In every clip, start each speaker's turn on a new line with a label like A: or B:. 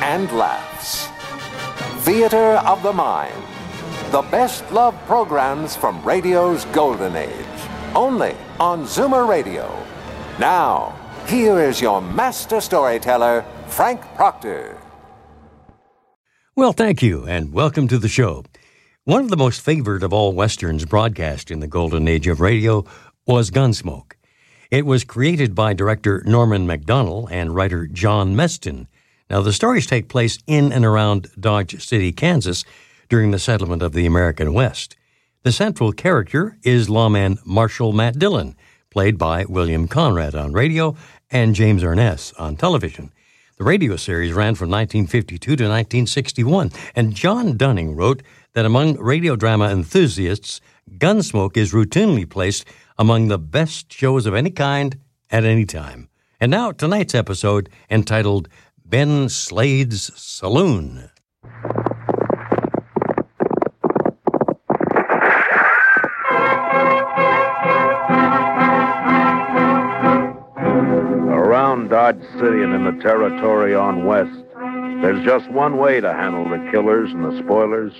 A: and laughs. Theater of the Mind. The best love programs from radio's golden age. Only on Zoomer Radio. Now, here is your master storyteller, Frank Proctor.
B: Well, thank you, and welcome to the show. One of the most favored of all Westerns broadcast in the golden age of radio was Gunsmoke. It was created by director Norman MacDonald and writer John Meston. Now, the stories take place in and around Dodge City, Kansas, during the settlement of the American West. The central character is lawman Marshal Matt Dillon, played by William Conrad on radio and James Ernest on television. The radio series ran from 1952 to 1961, and John Dunning wrote that among radio drama enthusiasts, Gunsmoke is routinely placed among the best shows of any kind at any time. And now, tonight's episode, entitled Ben Slade's Saloon.
C: Around Dodge City and in the territory on west, there's just one way to handle the killers and the spoilers,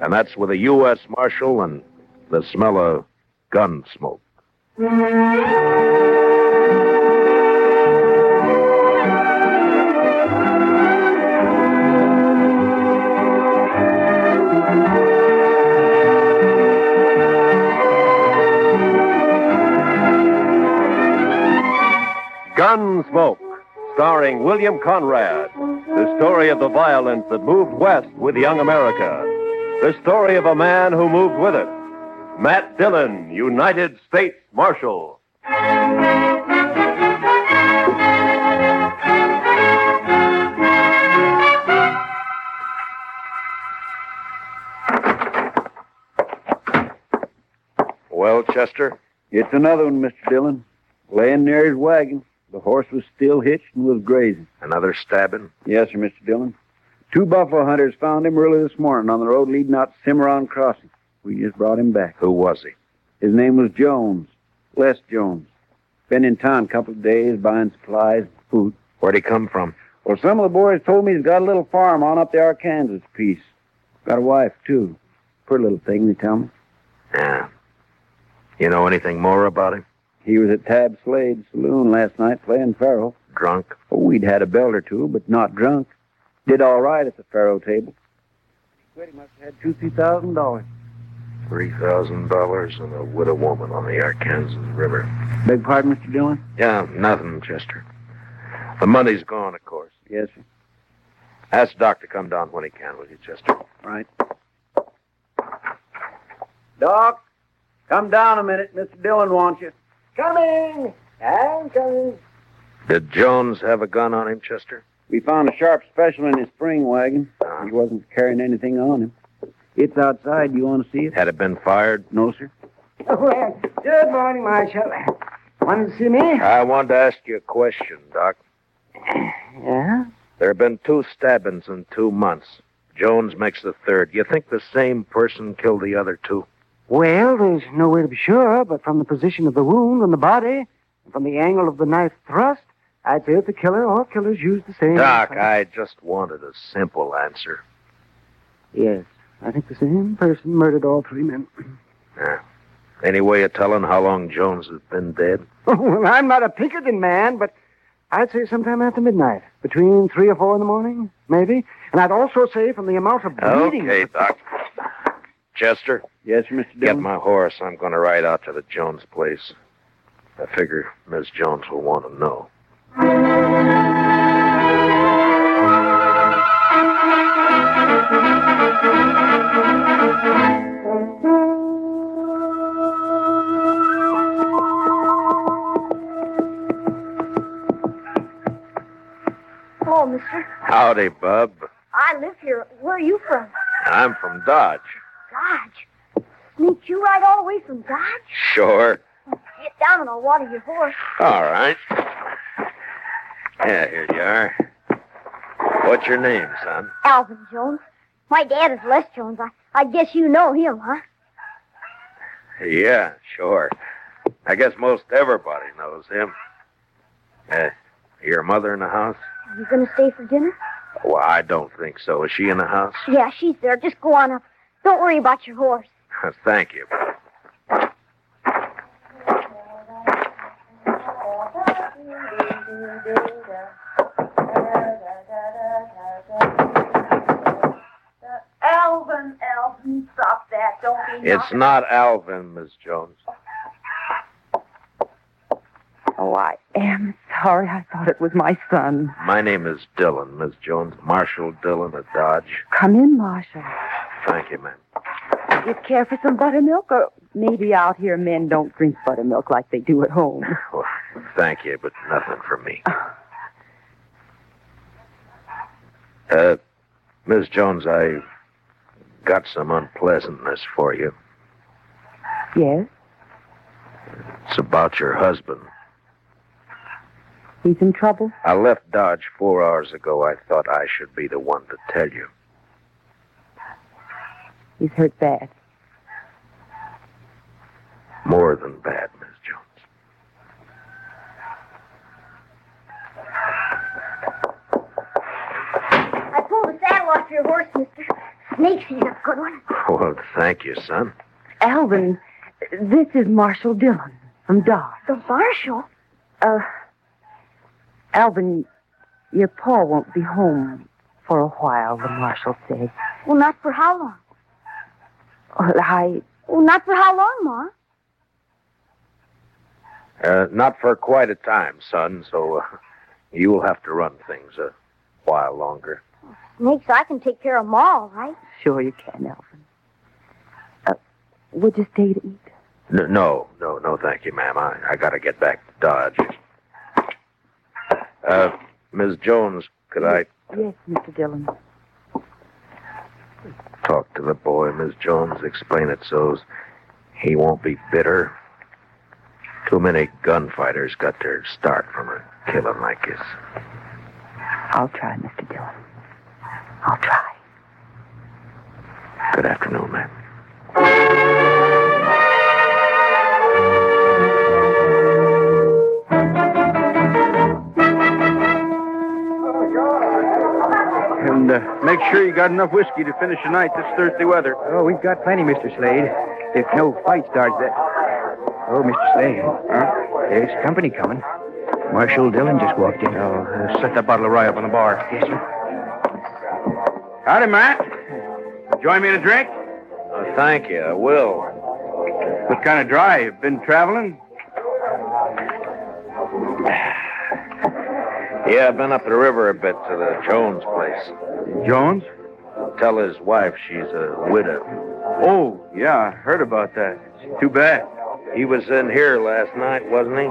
C: and that's with a U.S. Marshal and the smell of gun smoke. Gunsmoke, starring William Conrad. The story of the violence that moved west with young America. The story of a man who moved with it. Matt Dillon, United States Marshal. Well, Chester,
D: It's another one, Mr. Dillon. Laying near his wagon. The horse was still hitched and was grazing.
C: another stabbing.
D: Yes, sir, Mr. Dillon. Two buffalo hunters found him early this morning on the road leading out to Cimarron Crossing. We just brought him back.
C: Who was he?
D: His name was Jones, Les Jones. Been in town a couple of days buying supplies, food.
C: Where'd he come from?
D: Well, some of the boys told me he's got a little farm on up the Arkansas piece. Got a wife, too. Pretty little thing, they tell me.
C: Yeah. You know anything more about him?
D: He was at Tab Slade's saloon last night playing faro.
C: Drunk?
D: Oh, we'd had a belt or two, but not drunk. Did all right at the faro table. Said he must have had two, three thousand dollars.
C: $3,000 and a widow woman on the Arkansas River.
D: Beg pardon, Mr. Dillon?
C: Yeah, nothing, Chester. The money's gone, of course.
D: Yes, sir.
C: Ask Doc to come down when he can, will you, Chester?
D: Right. Doc, come down a minute. Mr. Dillon wants you.
E: Coming! I'm coming.
C: Did Jones have a gun on him, Chester?
D: We found a sharp special in his spring wagon. He wasn't carrying anything on him. It's outside. You want to see it?
C: Had it been fired?
D: No, sir.
E: Well, good morning, Marshal. Want to see me?
C: I wanted to ask you a question, Doc.
E: Yeah?
C: There have been two stabbings in two months. Jones makes the third. You think the same person killed the other two?
E: Well, there's no way to be sure, but from the position of the wound on the body and from the angle of the knife thrust, I'd say that the killer or killers used the same.
C: Doc, I just wanted a simple answer.
E: Yes. I think the same person murdered all three men.
C: Any way of telling how long Jones has been dead?
E: well, I'm not a Pinkerton man, but I'd say sometime after midnight, between three or four in the morning, maybe. And I'd also say from the amount of bleeding.
C: Okay, Doc. Chester?
D: Yes, sir, Mr.
C: Get
D: Dillon.
C: my horse. I'm going to ride out to the Jones place. I figure Miss Jones will want to know.
F: Hello, Oh, mister.
C: Howdy, bub.
F: I live here. Where are you from?
C: I'm from Dodge.
F: Dodge. Sneak you right all the way from Dodge?
C: Sure.
F: Get down and I'll water your horse.
C: All right. Yeah, here you are. What's your name, son?
F: Alvin Jones. My dad is Les Jones. I, I guess you know him, huh?
C: Yeah, sure. I guess most everybody knows him. Uh, your mother in the house?
F: You gonna stay for dinner?
C: Well, I don't think so. Is she in the house?
F: Yeah, she's there. Just go on up. Don't worry about your horse.
C: Thank you.
G: Alvin, Alvin, stop that. Don't be
C: It's
G: naughty.
C: not Alvin, Miss Jones.
H: Oh, I am sorry. I thought it was my son.
C: My name is Dillon, Miss Jones. Marshall Dillon of Dodge.
H: Come in, Marshall.
C: Thank you, ma'am.
H: You care for some buttermilk? Or maybe out here men don't drink buttermilk like they do at home.
C: Well, thank you, but nothing for me. Uh, Miss Jones, I've got some unpleasantness for you.
H: Yes?
C: It's about your husband.
H: He's in trouble?
C: I left Dodge four hours ago. I thought I should be the one to tell you.
H: He's hurt bad.
C: More than bad, Miss Jones.
F: I pulled the saddle off your horse, mister. Snakes, he's a good one.
C: Well, thank you, son.
H: Alvin, this is Marshall Dillon from Dodge.
F: The marshal?
H: Uh, Alvin, your pa won't be home for a while, the marshal says.
F: Well, not for how long?
H: Well, I,
F: Well, not for how long, Ma?
C: Uh, not for quite a time, son, so uh, you'll have to run things a while longer.
F: Snakes, I can take care of Ma, all right?
H: Sure you can, Alvin. Uh, would you stay to eat?
C: N- No, no, no, thank you, ma'am. I, I got to get back to Dodge. Uh, Miss Jones, could I
H: Yes, Mr. Dillon.
C: talk to the boy, Miss Jones? Explain it so he won't be bitter. Too many gunfighters got their start from a killing like this.
H: I'll try, Mr. Dillon. I'll try.
C: Good afternoon, ma'am.
I: And uh, make sure you got enough whiskey to finish the night this thirsty weather.
J: Oh, we've got plenty, Mr. Slade. If no fight starts that. Oh, Mr. Slade. There's company coming. Marshal Dillon just walked in. Oh, uh, set that bottle of rye up on the bar. Yes, sir.
I: Howdy, Matt. Join me in a drink?
C: Oh, thank you. I will.
I: What kind of drive? Been traveling?
C: Yeah, I've been up the river a bit to the Jones place.
I: Jones?
C: Tell his wife she's a widow.
I: Oh, yeah, I heard about that. Too bad.
C: He was in here last night, wasn't he?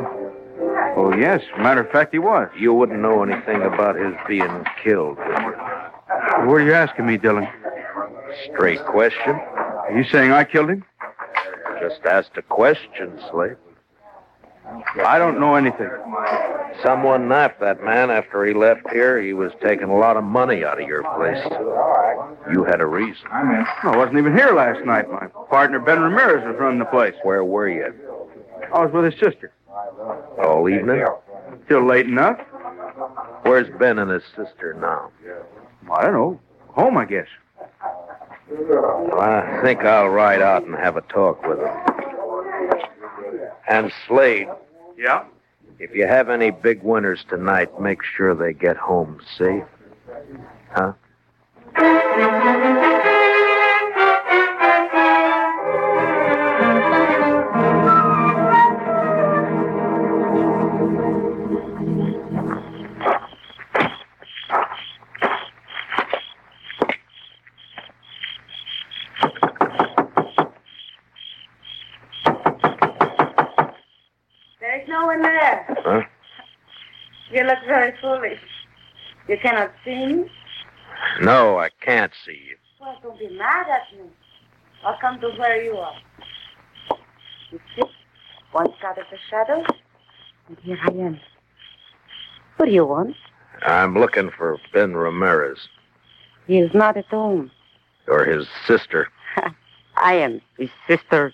I: Oh, yes. Matter of fact, he was.
C: You wouldn't know anything about his being killed. would you?
I: What are you asking me, Dillon?
C: Straight question.
I: Are you saying I killed him?
C: Just asked a question, Slate.
I: I don't know anything.
C: Someone knifed that man after he left here. He was taking a lot of money out of your place. You had a reason.
I: I wasn't even here last night. My partner, Ben Ramirez, was running the place.
C: Where were you?
I: I was with his sister.
C: All evening?
I: Still late enough?
C: Where's Ben and his sister now?
I: I don't know. Home, I guess.
C: Well, I think I'll ride out and have a talk with him. And Slade,
I: Yeah?
C: if you have any big winners tonight, make sure they get home safe. Huh?
G: There's no one there.
C: Huh?
G: You look very foolish. You cannot see me?
C: No, I can't see you.
G: Well, don't be mad at me. I'll come to where you are. You see? Once out of the shadows, and here I am.
H: What do you want?
C: I'm looking for Ben Ramirez
H: He is not at home.
C: or his sister.
H: I am his sister.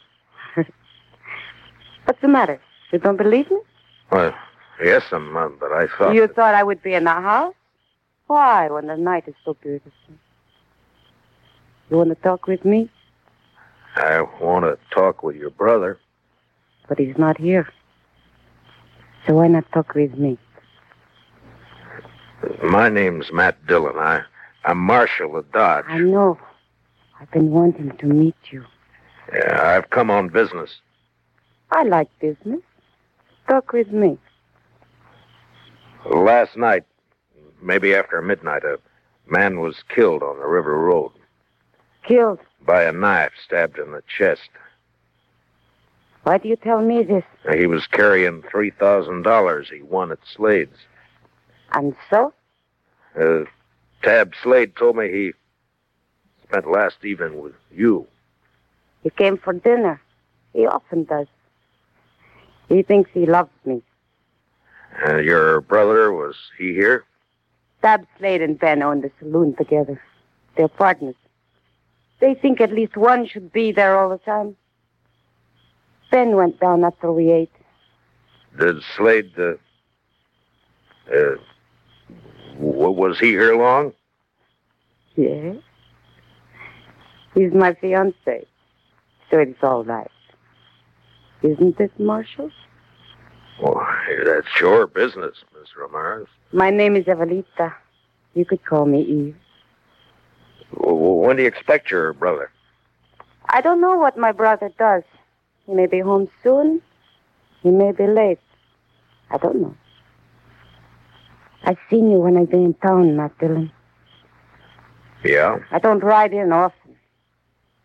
H: What's the matter? You don't believe me?
C: Well, yes, I'm, uh, but I thought.
H: You thought I would be in the house? Why, when the night is so beautiful? You want to talk with me?
C: I want to talk with your brother.
H: But he's not here. So why not talk with me?
C: My name's Matt Dillon. I, I'm Marshal of Dodge.
H: I know. I've been wanting to meet you.
C: Yeah, I've come on business.
H: I like business. Talk with me.
C: Last night, maybe after midnight, a man was killed on the river road
H: Killed.
C: by a knife stabbed in the chest.
H: Why do you tell me this?
C: He was carrying $3,000 he won at Slade's.
H: And so?
C: Uh, Tab Slade told me he spent last evening with you.
H: He came for dinner. He often does. He thinks he loves me.
C: Uh, your brother, was he here?
H: Tab Slade and Ben own the saloon together. They're partners. They think at least one should be there all the time. Ben went down after we ate.
C: Did Slade, uh, uh, w- was he here long?
H: Yes. He's my fiance. So it's all right. Isn't it, Marshall?
C: Well, that's your business, Miss Ramirez.
H: My name is Evelita. You could call me E. Eve.
C: W- w- When do you expect your brother?
H: I don't know what my brother does. He may be home soon. He may be late. I don't know. I seen you when I've been in town, Matt Dillon.
C: Yeah.
H: I don't ride in often.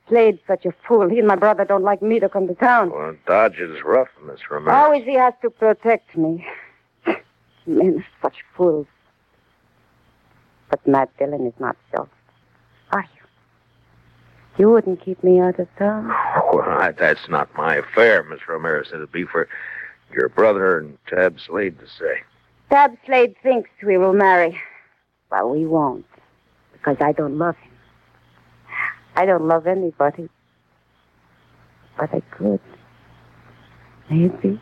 H: Slade's such a fool. He and my brother don't like me to come to town.
C: Well, Dodge is rough, Miss Ramirez.
H: Always he has to protect me. Men are such fools. But Matt Dillon is not so. Are you? You wouldn't keep me out of town.
C: Well, I, that's not my affair, Miss Ramirez. It'll be for your brother and Tab Slade to say.
H: Tab Slade thinks we will marry. Well, we won't. Because I don't love him. I don't love anybody. But I could. Maybe.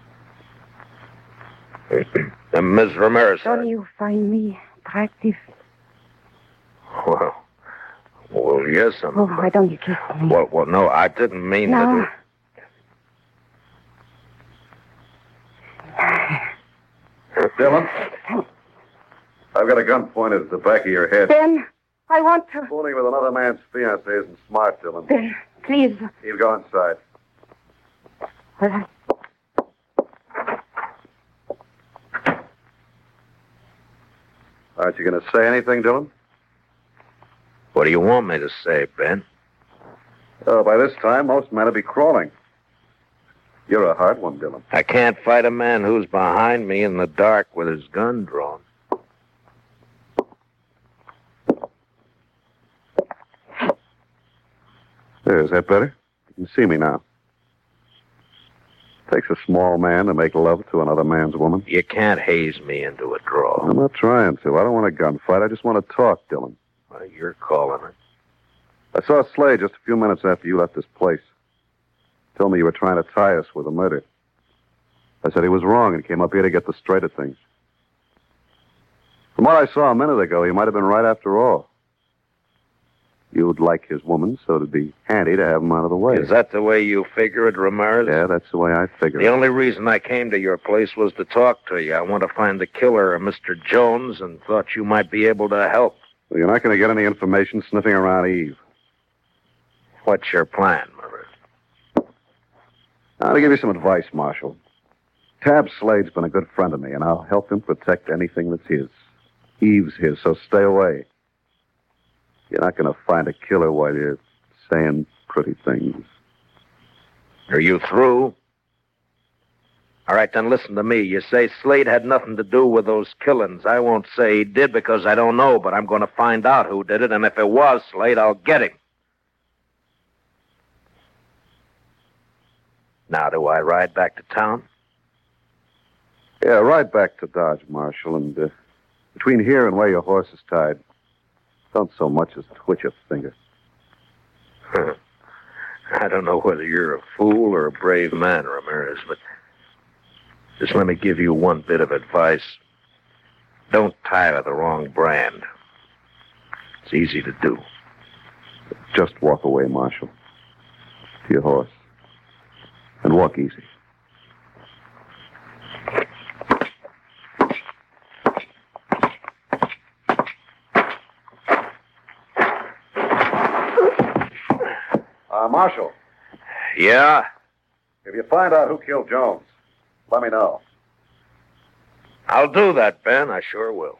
C: Uh, Miss Ramirez. I-
H: Don't you find me attractive?
C: Well, well, yes, I'm.
H: Oh, why don't you kiss me?
C: Well, well, no, I didn't mean
H: Oh. No.
C: that.
K: Dillon, I've got a gun pointed at the back of your head.
H: Ben, I want to.
K: Fooling with another man's fiancée isn't smart, Dillon.
H: Ben, please.
K: You go inside.
H: Well,
K: Aren't you going to say anything, Dillon?
C: What do you want me to say, Ben?
K: Oh, by this time, most men will be crawling. You're a hard one, Dillon.
C: I can't fight a man who's behind me in the dark with his gun drawn.
K: There, is that better? You can see me now. Takes a small man to make love to another man's woman.
C: You can't haze me into a draw.
K: I'm not trying to. I don't want a gunfight. I just want to talk, Dillon.
C: Well, you're calling it.
K: I saw Slade just a few minutes after you left this place. Told me you were trying to tie us with a murder. I said he was wrong and came up here to get the straight of things. From what I saw a minute ago, he might have been right after all. You'd like his woman, so it'd be handy to have him out of the way.
C: Is that the way you figure it, Ramirez?
K: Yeah, that's the way I figure
C: The
K: it.
C: only reason I came to your place was to talk to you. I want to find the killer, Mr. Jones, and thought you might be able to help.
K: Well, you're not going to get any information sniffing around Eve.
C: What's your plan?
K: Now, to give you some advice, Marshal. Tab Slade's been a good friend of me, and I'll help him protect anything that's his. Eve's his, so stay away. You're not going to find a killer while you're saying pretty things.
C: Are you through? All right, then listen to me. You say Slade had nothing to do with those killings. I won't say he did because I don't know, but I'm going to find out who did it, and if it was Slade, I'll get him. Now, do I ride back to town?
K: Yeah, ride back to Dodge, Marshal, and uh, between here and where your horse is tied, don't so much as twitch a finger.
C: I don't know whether you're a fool or a brave man, Ramirez, but just let me give you one bit of advice. Don't tie to the wrong brand. It's easy to do.
K: Just walk away, Marshal. To your horse. And walk easy.
L: Uh, Marshal,
C: Yeah?
L: if you find out who killed Jones, let me know.
C: I'll do that, Ben. I sure will.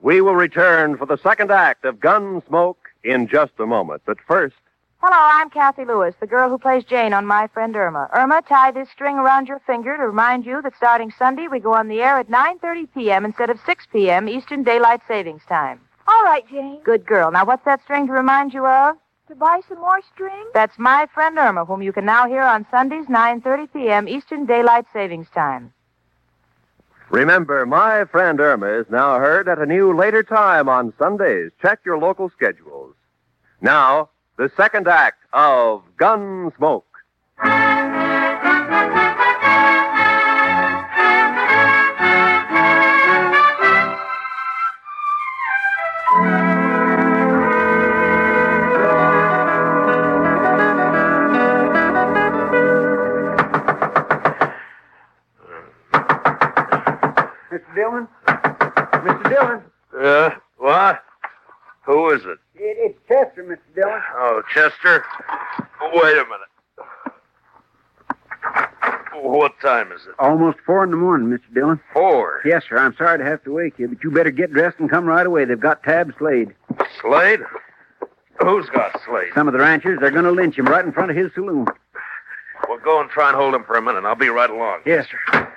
M: We will return for the second act of Gunsmoke in just a moment. But first,
N: Hello, I'm Kathy Lewis, the girl who plays Jane on My Friend Irma. Irma, tie this string around your finger to remind you that starting Sunday we go on the air at 9:30 p.m. instead of 6 p.m. Eastern Daylight Savings Time.
F: All right, Jane.
N: Good girl. Now, what's that string to remind you of?
F: To buy some more string?
N: That's My Friend Irma, whom you can now hear on Sundays 9:30 p.m. Eastern Daylight Savings Time.
M: remember, my friend Irma is now heard at a new later time on Sundays. Check your local schedules. Now, the second act of Gunsmoke.
E: Mr. Dillon? Mr. Dillon?
C: Uh, what? Who is it?
E: It, it's Chester, Mr. Dillon.
C: Oh, Chester. Oh, Wait a minute. What time is it?
D: Almost four in the morning, Mr. Dillon.
C: Four.
D: Yes, sir. I'm sorry to have to wake you, but you better get dressed and come right away. They've got Tab Slade.
C: Slade? Who's got Slade?
D: Some of the ranchers, they're going to lynch him right in front of his saloon.
C: Well, go and try and hold him for a minute. I'll be right along.
D: Yes, sir.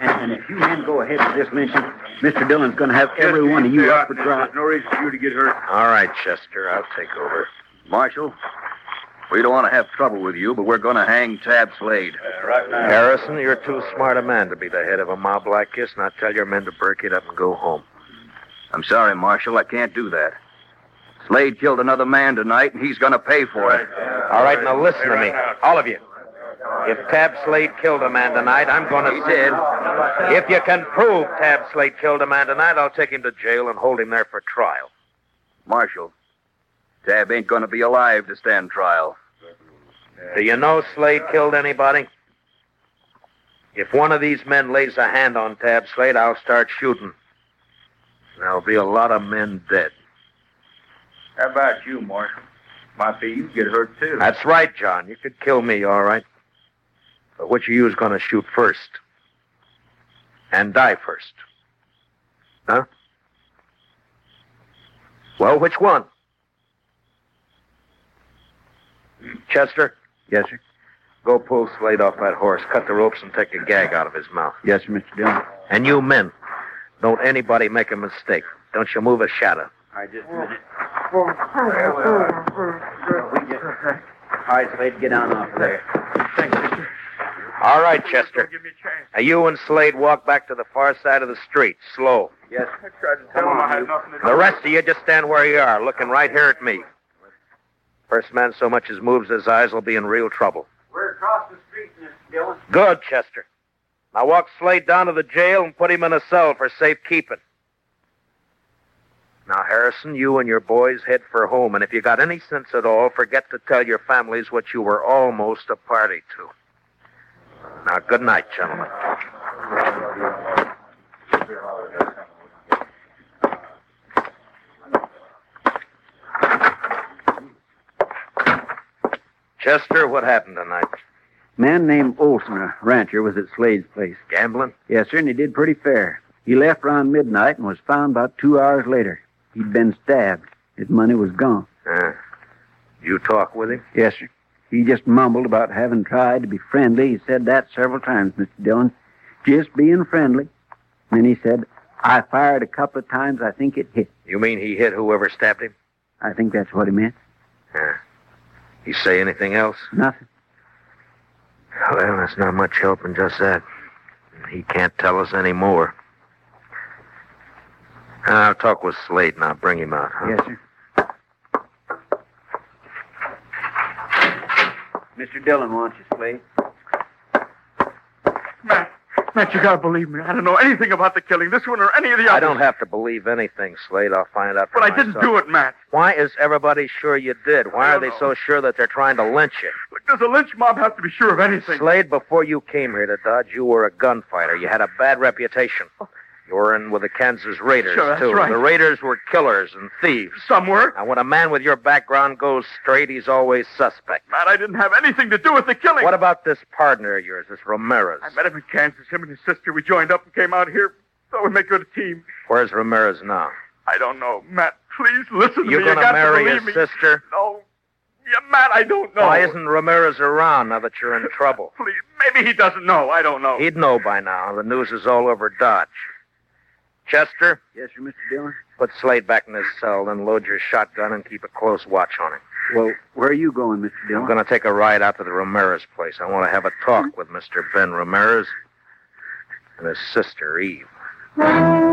D: And, and if you men go ahead with this lynching, Mr. Dillon's going to have every one of you up for trial.
C: no reason for you to get hurt. All right, Chester. I'll take over.
O: Marshal, we don't want to have trouble with you, but we're going to hang Tab Slade. right
C: Harrison, you're too smart a man to be the head of a mob like this, and I'll tell your men to break it up and go home.
O: I'm sorry, Marshal. I can't do that. Slade killed another man tonight, and he's going to pay for it.
C: All right, now listen to me. All of you. If Tab Slade killed a man tonight, I'm going to. He did. If you can prove Tab Slade killed a man tonight, I'll take him to jail and hold him there for trial.
O: Marshal, Tab ain't going to be alive to stand trial.
C: Do you know Slade killed anybody? If one of these men lays a hand on Tab Slade, I'll start shooting. There'll be a lot of men dead.
O: How about you, Marshal? Might be you get hurt, too.
C: That's right, John. You could kill me, all right. But which of you is going to shoot first? And die first? Huh? Well, which one? Chester? Yes, sir. Go pull Slade off that horse, cut the ropes, and take a gag out of his mouth.
D: Yes, sir, Mr. Dillon.
C: And you men, don't anybody make a mistake. Don't you move a shadow.
J: I just a minute. We get... All right, Slade, get down off of there.
C: All right, Chester. Now you and Slade walk back to the far side of the street, slow.
J: Yes. I tried to tell him I had nothing to
C: The rest of you just stand where you are, looking right here at me. First man so much as moves his eyes will be in real trouble.
J: We're across the street, Mr. Dillon.
C: Good, Chester. Now walk Slade down to the jail and put him in a cell for safekeeping. Now, Harrison, you and your boys head for home, and if you got any sense at all, forget to tell your families what you were almost a party to. Now, good night, gentlemen. Chester, what happened tonight?
D: Man named Olson, a rancher, was at Slade's place.
C: Gambling?
D: Yes, sir, and he did pretty fair. He left around midnight and was found about two hours later. He'd been stabbed. His money was gone.
C: Uh, you talk with him?
D: Yes, sir. He just mumbled about having tried to be friendly. He said that several times, Mr. Dillon. Just being friendly. Then he said, I fired a couple of times. I think it hit.
C: You mean he hit whoever stabbed him?
D: I think that's what he meant.
C: Yeah. He say anything else?
D: Nothing.
C: Well, that's not much help in just that. He can't tell us any more. I'll talk with Slade and I'll bring him out. Huh?
D: Yes, sir. Mr. Dillon wants you, Slade.
P: Matt, you gotta believe me. I don't know anything about the killing, this one or any of the others.
C: I don't have to believe anything, Slade. I'll find out for
P: But I didn't
C: myself.
P: do it, Matt.
C: Why is everybody sure you did? Why
P: I
C: are
P: don't
C: they
P: know.
C: so sure that they're trying to lynch you?
P: Does a lynch mob have to be sure of anything?
C: Slade, before you came here to Dodge, you were a gunfighter. You had a bad reputation. You were in with the Kansas Raiders,
P: Oh. Sure, that's
C: too.
P: right.
C: The Raiders were killers and thieves.
P: Some were.
C: And when a man with your background goes straight, he's always suspect.
P: Matt, I didn't have anything to do with the killing.
C: What about this partner of yours, this Ramirez?
P: I met him in Kansas, him and his sister. We joined up and came out here. Thought we'd make good a team.
C: Where's Ramirez now?
P: I don't know. Matt, please listen to
C: You're
P: me. You
C: gonna
P: got to
C: marry
P: believe
C: his
P: me.
C: sister?
P: No. Yeah, Matt, I don't know.
C: Why isn't Ramirez around now that you're in trouble?
P: Please, maybe he doesn't know. I don't know.
C: He'd know by now. The news is all over Dodge. Chester,
D: Yes, sir, Mr. Dillon.
C: put Slade back in his cell, then load your shotgun and keep a close watch on him.
D: Well, where are you going, Mr. Dillon?
C: I'm going to take a ride out to the Ramirez place. I want to have a talk with Mr. Ben Ramirez and his sister, E. Eve.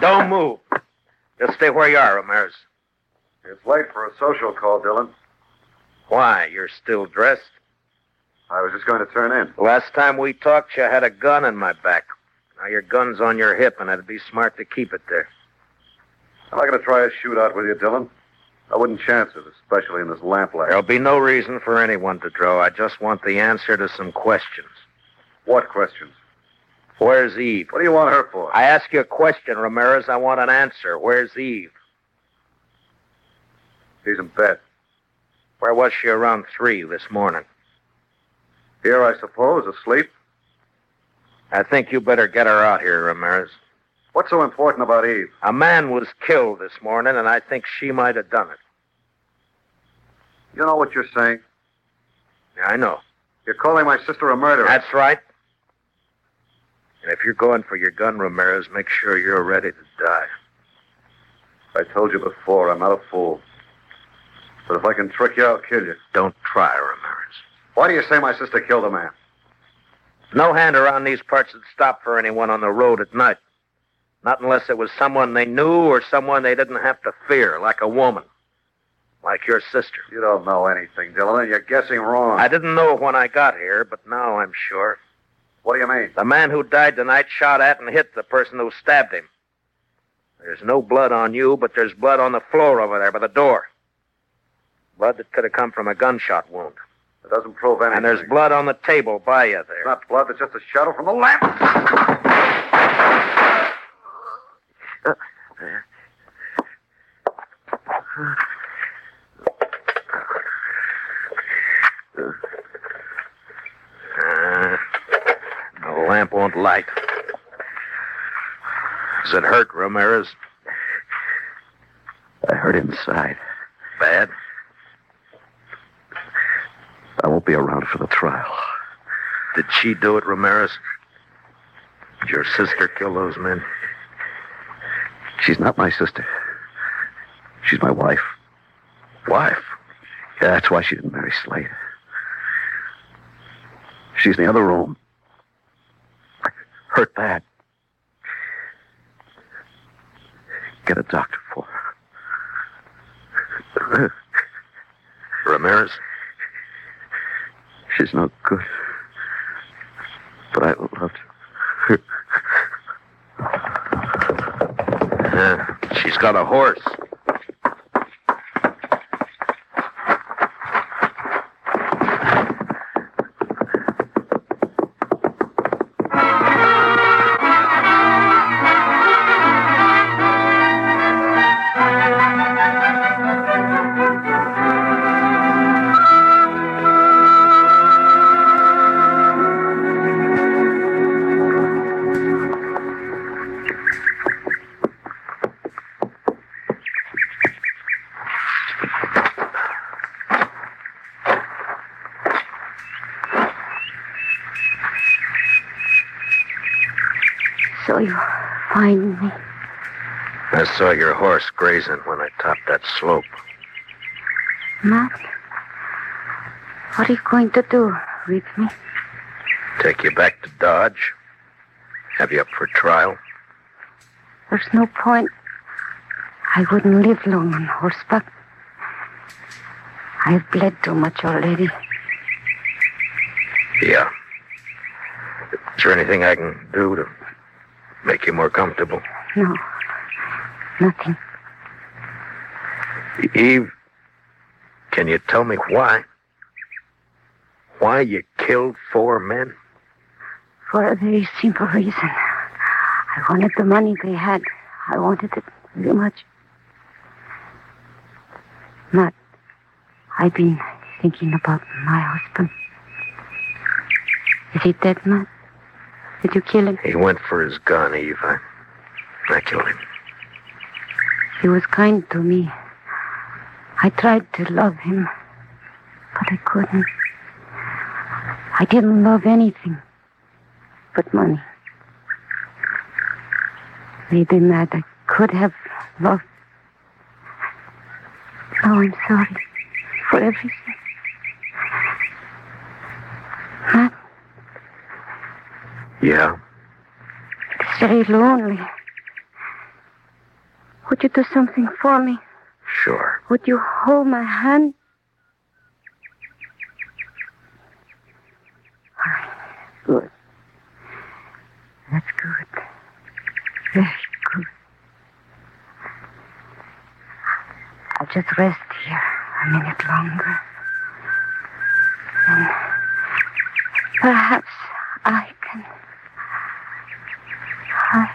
C: Don't move. Just stay where you are, Ramirez.
K: It's late for a social call, Dillon.
C: Why? You're still dressed?
K: I was just going to turn in.
C: Last time we talked, you had a gun in my back. Now your gun's on your hip, and it'd be smart to keep it there.
K: I'm not going to try a shootout with you, Dillon. I wouldn't chance it, especially in this lamplight.
C: There'll be no reason for anyone to draw. I just want the answer to some questions.
K: What questions?
C: Where's Eve?
K: What do you want her for?
C: I ask you a question, Ramirez. I want an answer. Where's Eve?
K: She's in bed.
C: Where was she around three this morning?
K: Here, I suppose, asleep.
C: I think you better get her out here, Ramirez.
K: What's so important about Eve?
C: A man was killed this morning, and I think she might have done it.
K: You know what you're saying?
C: Yeah, I know.
K: You're calling my sister a murderer.
C: That's right. And if you're going for your gun, Ramirez, make sure you're ready to die.
K: I told you before, I'm not a fool. But if I can trick you, I'll kill you.
C: Don't try, Ramirez.
K: Why do you say my sister killed a man?
C: No hand around these parts would stop for anyone on the road at night. Not unless it was someone they knew or someone they didn't have to fear, like a woman. Like your sister.
K: You don't know anything, Dillon, and you're guessing wrong.
C: I didn't know when I got here, but now I'm sure.
K: What do you mean?
C: The man who died tonight shot at and hit the person who stabbed him. There's no blood on you, but there's blood on the floor over there by the door. Blood that could have come from a gunshot wound.
K: It doesn't prove anything.
C: And there's blood on the table by you there.
K: It's not blood, it's just a shadow from the lamp.
C: Uh, the lamp won't light. Does it hurt, Ramirez?
D: I hurt inside.
C: Bad? won't be around for the trial. Did she do it, Ramirez? Did your sister kill those men?
K: She's not my sister. She's my wife.
C: Wife?
K: Yeah, that's why she didn't marry Slade. She's in the other room. Hurt bad. Get a doctor for her.
C: Ramirez?
K: She's no good. But I loved her.
C: Yeah. She's got a horse.
H: So you find me.
C: I saw your horse grazing when I topped that slope.
H: Matt, what are you going to do with me?
C: Take you back to Dodge? Have you up for trial?
H: There's no point. I wouldn't live long on horseback. I've bled too much already.
C: Yeah. Is there anything I can do to make you more comfortable?
H: No, nothing.
C: Eve, can you tell me why? Why you killed four men?
H: For a very simple reason. I wanted the money they had. I wanted it very much. Matt, I've been thinking about my husband. Is he dead, Matt? Did you kill him?
C: He went for his gun, Eve. I, I killed him.
H: He was kind to me. I tried to love him, but I couldn't. I didn't love anything but money. Maybe, Matt, I could have loved. Oh, I'm sorry for everything. Matt,
C: Yeah.
H: it's very lonely. Would you do something for me?
C: Sure.
H: Would you hold my hand? All right. Good. That's good. Very good. I'll just rest here a minute longer. Then perhaps I can. I.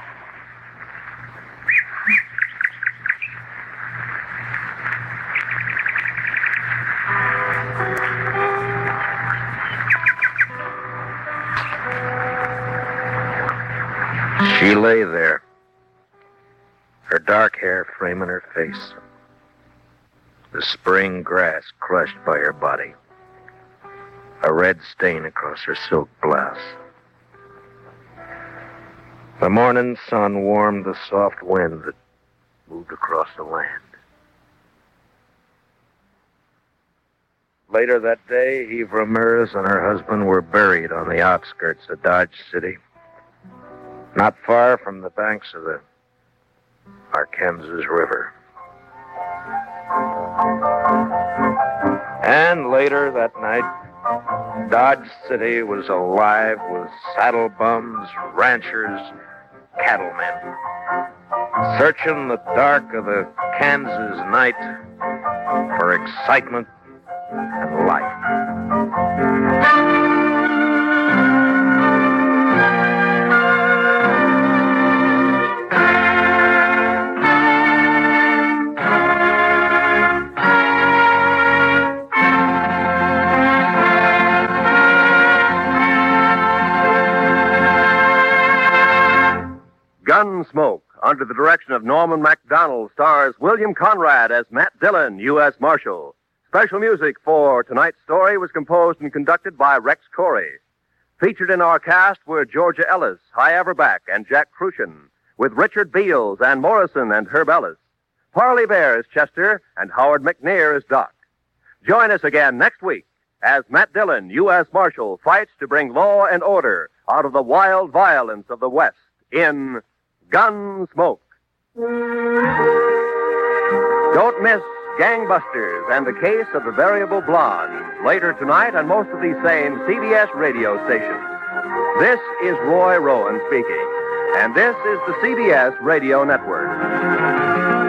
C: She lay there, her dark hair framing her face, the spring grass crushed by her body, a red stain across her silk blouse. The morning sun warmed the soft wind that moved across the land. Later that day, Eve Ramirez and her husband were buried on the outskirts of Dodge City not far from the banks of the Arkansas River. And later that night, Dodge City was alive with saddle bums, ranchers, cattlemen. Searching the dark of the Kansas night for excitement and life.
M: Gunsmoke, under the direction of Norman MacDonald, stars William Conrad as Matt Dillon, U.S. Marshal. Special music for tonight's story was composed and conducted by Rex Corey. Featured in our cast were Georgia Ellis, High Everback, and Jack Crucian, with Richard Beals, Ann Morrison, and Herb Ellis. Parley Bear is Chester, and Howard McNair is Doc. Join us again next week as Matt Dillon, U.S. Marshal, fights to bring law and order out of the wild violence of the West in Gunsmoke. Don't miss Gangbusters and the Case of the Variable Blonde later tonight on most of these same CBS radio stations. This is Roy Rowan speaking, and this is the CBS Radio Network.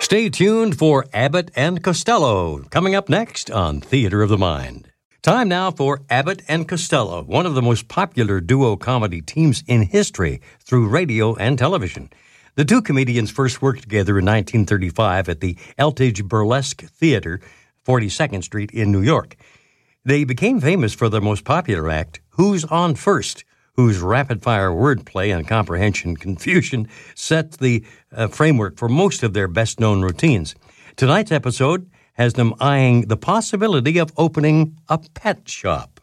B: Stay tuned for Abbott and Costello coming up next on Theater of the Mind. Time now for Abbott and Costello, one of the most popular duo comedy teams in history through radio and television. The two comedians first worked together in 1935 at the Eltage Burlesque Theater, 42nd Street in New York. They became famous for their most popular act, Who's On First, whose rapid fire wordplay and comprehension confusion set the uh, framework for most of their best known routines. Tonight's episode has them eyeing the possibility of opening a pet shop.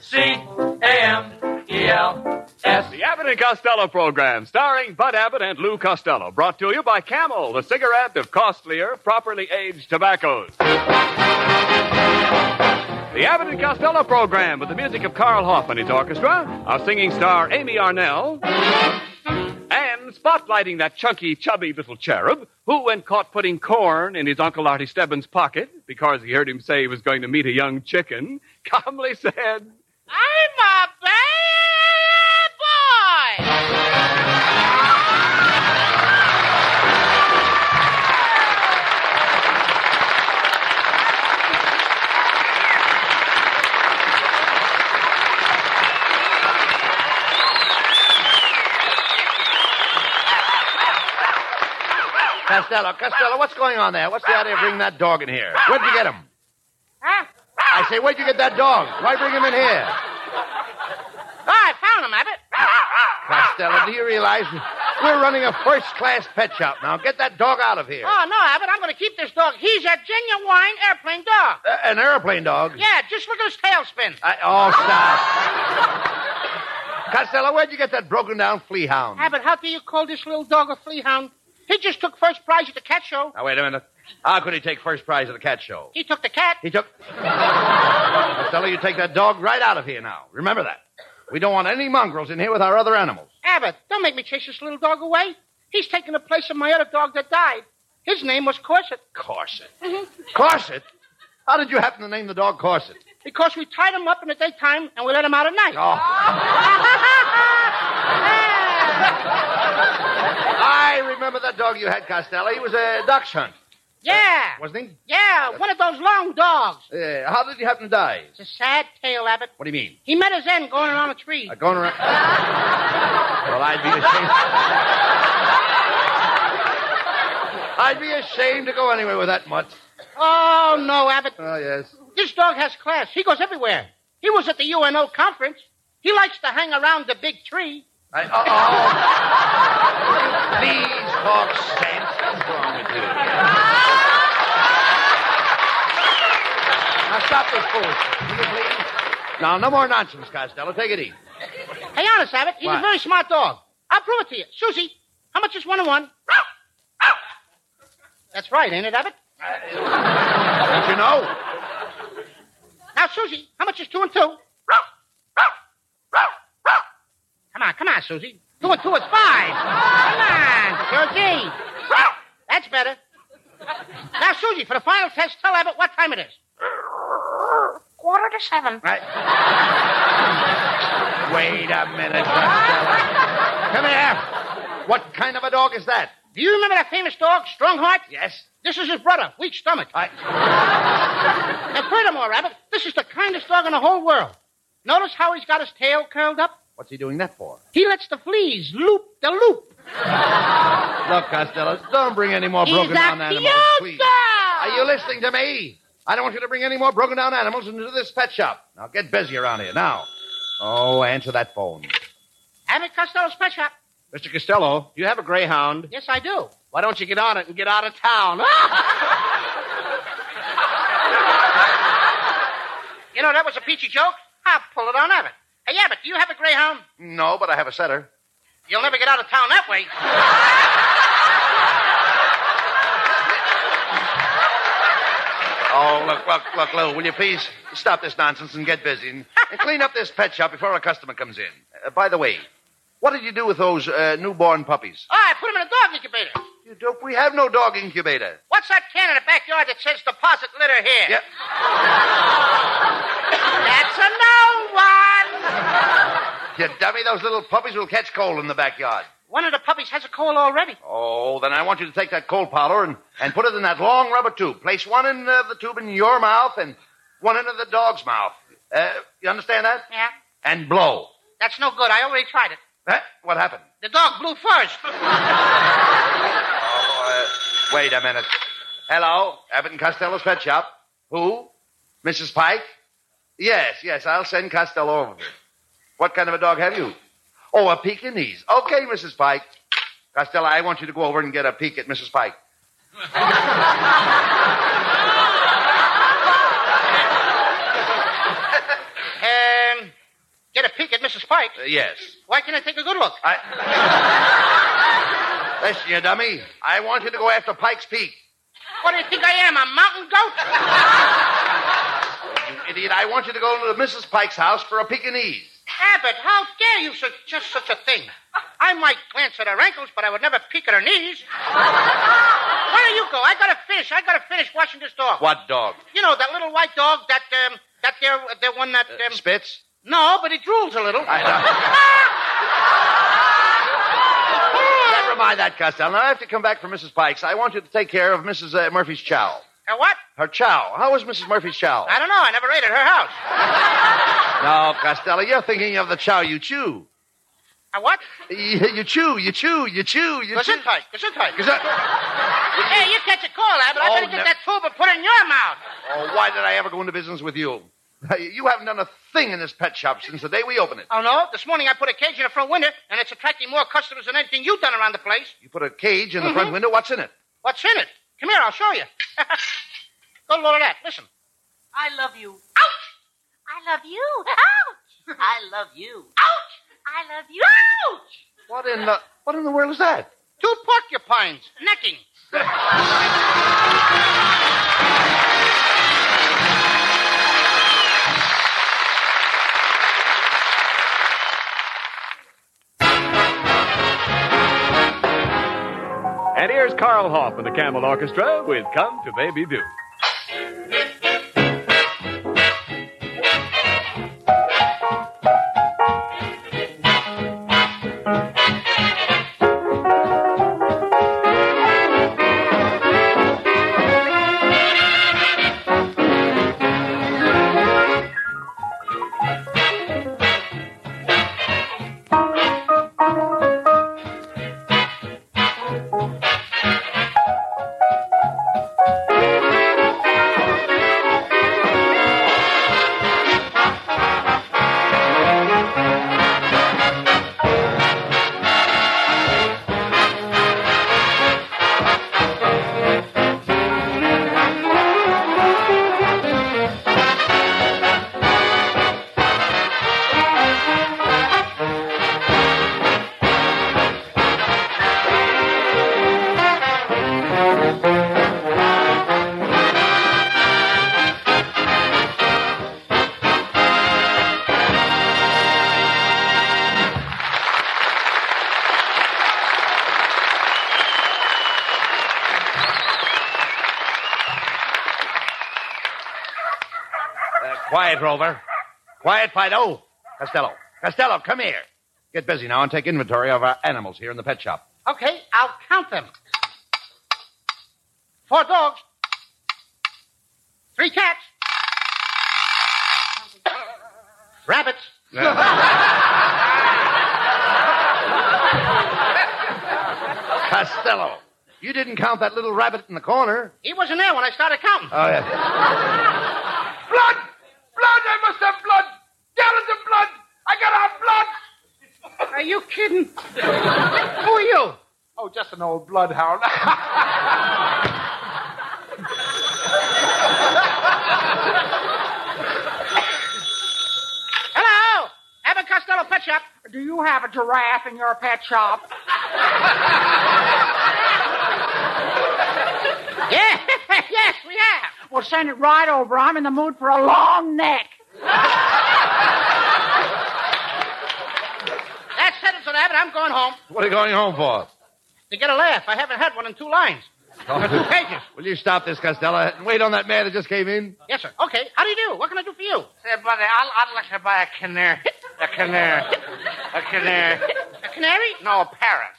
Q: C A M E L S.
P: The Abbott and Costello program, starring Bud Abbott and Lou Costello, brought to you by Camel, the cigarette of costlier, properly aged tobaccos. The Abbott and Costello program, with the music of Carl Hoff and his orchestra, our singing star Amy Arnell, and spotlighting that chunky, chubby little cherub who, when caught putting corn in his Uncle Artie Stebbins' pocket because he heard him say he was going to meet a young chicken, calmly said,
Q: I'm a bad boy.
R: Costello, Costello, what's going on there? What's the idea of bringing that dog in here? Where'd you get him?
Q: Huh?
R: I say, where'd you get that dog? Why bring him in here?
Q: Oh, I found him, Abbott.
R: Costello, do you realize we're running a first class pet shop now? Get that dog out of here.
Q: Oh, no, Abbott, I'm going to keep this dog. He's a genuine airplane dog.
R: Uh, an airplane dog?
Q: Yeah, just look at his tail spin.
R: I, oh, stop. Costello, where'd you get that broken down flea hound?
Q: Abbott, how do you call this little dog a flea hound? He just took first prize at the cat show.
R: Now, wait a minute. How could he take first prize at the cat show?
Q: He took the cat.
R: He took. Costello, you take that dog right out of here now. Remember that. We don't want any mongrels in here with our other animals.
Q: Abbott, don't make me chase this little dog away. He's taking the place of my other dog that died. His name was Corset.
R: Corset.
Q: Mhm.
R: Corset? How did you happen to name the dog Corset?
Q: Because we tied him up in the daytime and we let him out at night.
R: Oh. I remember that dog you had, Costello. He was a dachshund,
Q: yeah,
R: wasn't he?
Q: yeah, one of those long dogs.
R: Yeah. How did he happen to die?
Q: It's a sad tale, Abbott.
R: What do you mean?
Q: He met his end going around a tree.
R: Uh, going around. well, I'd be ashamed. I'd be ashamed to go anywhere with that mutt.
Q: Oh, no, Abbott.
R: Oh, yes.
Q: This dog has class. He goes everywhere. He was at the UNO conference. He likes to hang around the big tree.
R: I, oh, please talk sense. What's wrong with you? Now stop this foolishness, will you please? Now, no more nonsense, Costello. Take it easy.
Q: Hey, honest, Abbott, he's
R: What?
Q: a very smart dog. I'll prove it to you. Susie, how much is one and one? That's right, ain't it, Abbott?
R: Don't you know?
Q: Now, Susie, how much is two and two? Row, row, row, row. Come on, come on, Susie. Two and two is five. Come on, Susie. Row. That's better. Now, Susie, for the final test, tell Abbott what time it is.
G: Quarter to seven.
Q: Right.
R: Wait a minute, Costello. Come here. What kind of a dog is that?
Q: Do you remember that famous dog, Strongheart? Yes. This is his brother, Weak Stomach. And furthermore, Rabbit, this is the kindest dog in the whole world. Notice how he's got his tail curled up?
R: What's he doing that for?
Q: He lets the fleas loop the loop.
R: Look, Costello, don't bring any more
Q: He's
R: broken down
Q: a
R: animals, please.
Q: Are
R: you listening to me? I don't want you to bring any more broken down animals into this pet shop. Now get busy around here, now. Oh, answer that phone.
Q: Abbott Costello's Pet Shop.
R: Mr. Costello, do you have a greyhound?
Q: Yes, I do.
R: Why don't you get on it and get out of town? Ah!
Q: You know, that was a peachy joke. I'll pull it on Abbott. Hey, Abbott, do you have a greyhound?
R: No, but I have a setter.
Q: You'll never get out of town that way.
R: Oh, look, look, look, Lou, will you please stop this nonsense and get busy and, and clean up this pet shop before a customer comes in? Uh, by the way, what did you do with those uh, newborn puppies?
Q: All right, put him in a dog incubator.
R: You dope, we have no dog incubator.
Q: What's that can in the backyard that says deposit litter here?
R: Yeah.
Q: That's a no one.
R: You dummy, those little puppies will catch cold in the backyard.
Q: One of the puppies has a cold already.
R: Oh, then I want you to take that coal powder and, and put it in that long rubber tube. Place one in uh, the tube in your mouth and one into the dog's mouth. Uh, you understand that?
Q: Yeah.
R: And blow.
Q: That's no good. I already tried it.
R: Huh? What happened?
Q: The dog blew first.
R: Oh, uh, wait a minute. Hello, Abbott and Costello's pet shop. Who? Mrs. Pike? Yes, yes, I'll send Costello over. What kind of a dog have you? Oh, a Pekingese. Okay, Mrs. Pike. Costello, I want you to go over and get a peek at Mrs. Pike.
Q: um, get a peek at Mrs. Pike.
R: Uh, yes.
Q: Why can't I take a good look?
R: Listen, you dummy. I want you to go after Pike's Peak.
Q: What do you think I am, a mountain goat?
R: You idiot, I want you to go into Mrs. Pike's house for a Pekingese.
Q: Abbott, how dare you suggest such a thing? I might glance at her ankles, but I would never peek at her knees. Why don't you go? I gotta finish. I gotta finish washing this dog.
R: What dog?
Q: You know that little white dog that um, that there the one that
R: Uh,
Q: um,
R: spits.
Q: No, but he drools a little.
R: Never mind that, Costello. Now, after you come back from Mrs. Pike's, I want you to take care of Mrs. Uh, Murphy's chow.
Q: Her what?
R: Her chow. How is Mrs. Murphy's chow?
Q: I don't know. I never ate at her house.
R: No, Costello, you're thinking of the chow you chew.
Q: A what?
R: You, you chew, you chew, you chew, you chew.
Q: Gesundheit, Gesundheit.
R: Gesundheit.
Q: Hey, you catch a cold, Abbott. I
R: Oh,
Q: better get
R: no.
Q: that tube and put it in your mouth.
R: Oh, why did I ever go into business with you? You haven't done a thing in this pet shop since the day we opened it.
Q: Oh no! This morning I put a cage in the front window, and it's attracting more customers than anything you've done around the place.
R: You put a cage in the
Q: Mhm.
R: front window. What's in it?
Q: What's in it? Come here, I'll show you. Good Lord, that. Listen.
G: I love you. Ouch! I love you. Ouch! I love you. Ouch! I love you. Ouch!
R: What in the what in the world is that?
Q: Two porcupines necking.
P: And here's Carl Hoff and the Camel Orchestra with Come to Baby Do.
S: Thank
R: Uh, Quiet, Rover. Quiet, Fido. Costello. Costello, come here. Get busy now and take inventory of our animals here in the pet shop.
Q: Okay, I'll count them. Four dogs. Three cats. Rabbits.
R: Costello, you didn't count that little rabbit in the corner.
Q: He wasn't there when I started counting.
R: Oh, yeah.
T: Blood! Blood! I must have blood! Gallons of blood! I gotta have blood!
Q: Are you kidding? Who are you?
T: Oh, just an old bloodhound.
Q: Hello, Abbott Costello Pet Shop. Do you have a giraffe in your pet shop? yeah, yes, we have. We'll send it right over. I'm in the mood for a long neck. that settles it, Abbott. I'm going home
R: What are you going home for?
Q: to get a laugh. I haven't had one in two lines. two pages.
R: Will you stop this, Costello, and wait on that man that just came in?
Q: Yes, sir. Okay. How do you do? What can I do for you?
S: Say, buddy, I'd, I'd like to buy a canary. A canary. A canary.
Q: A canary?
S: No, a parrot.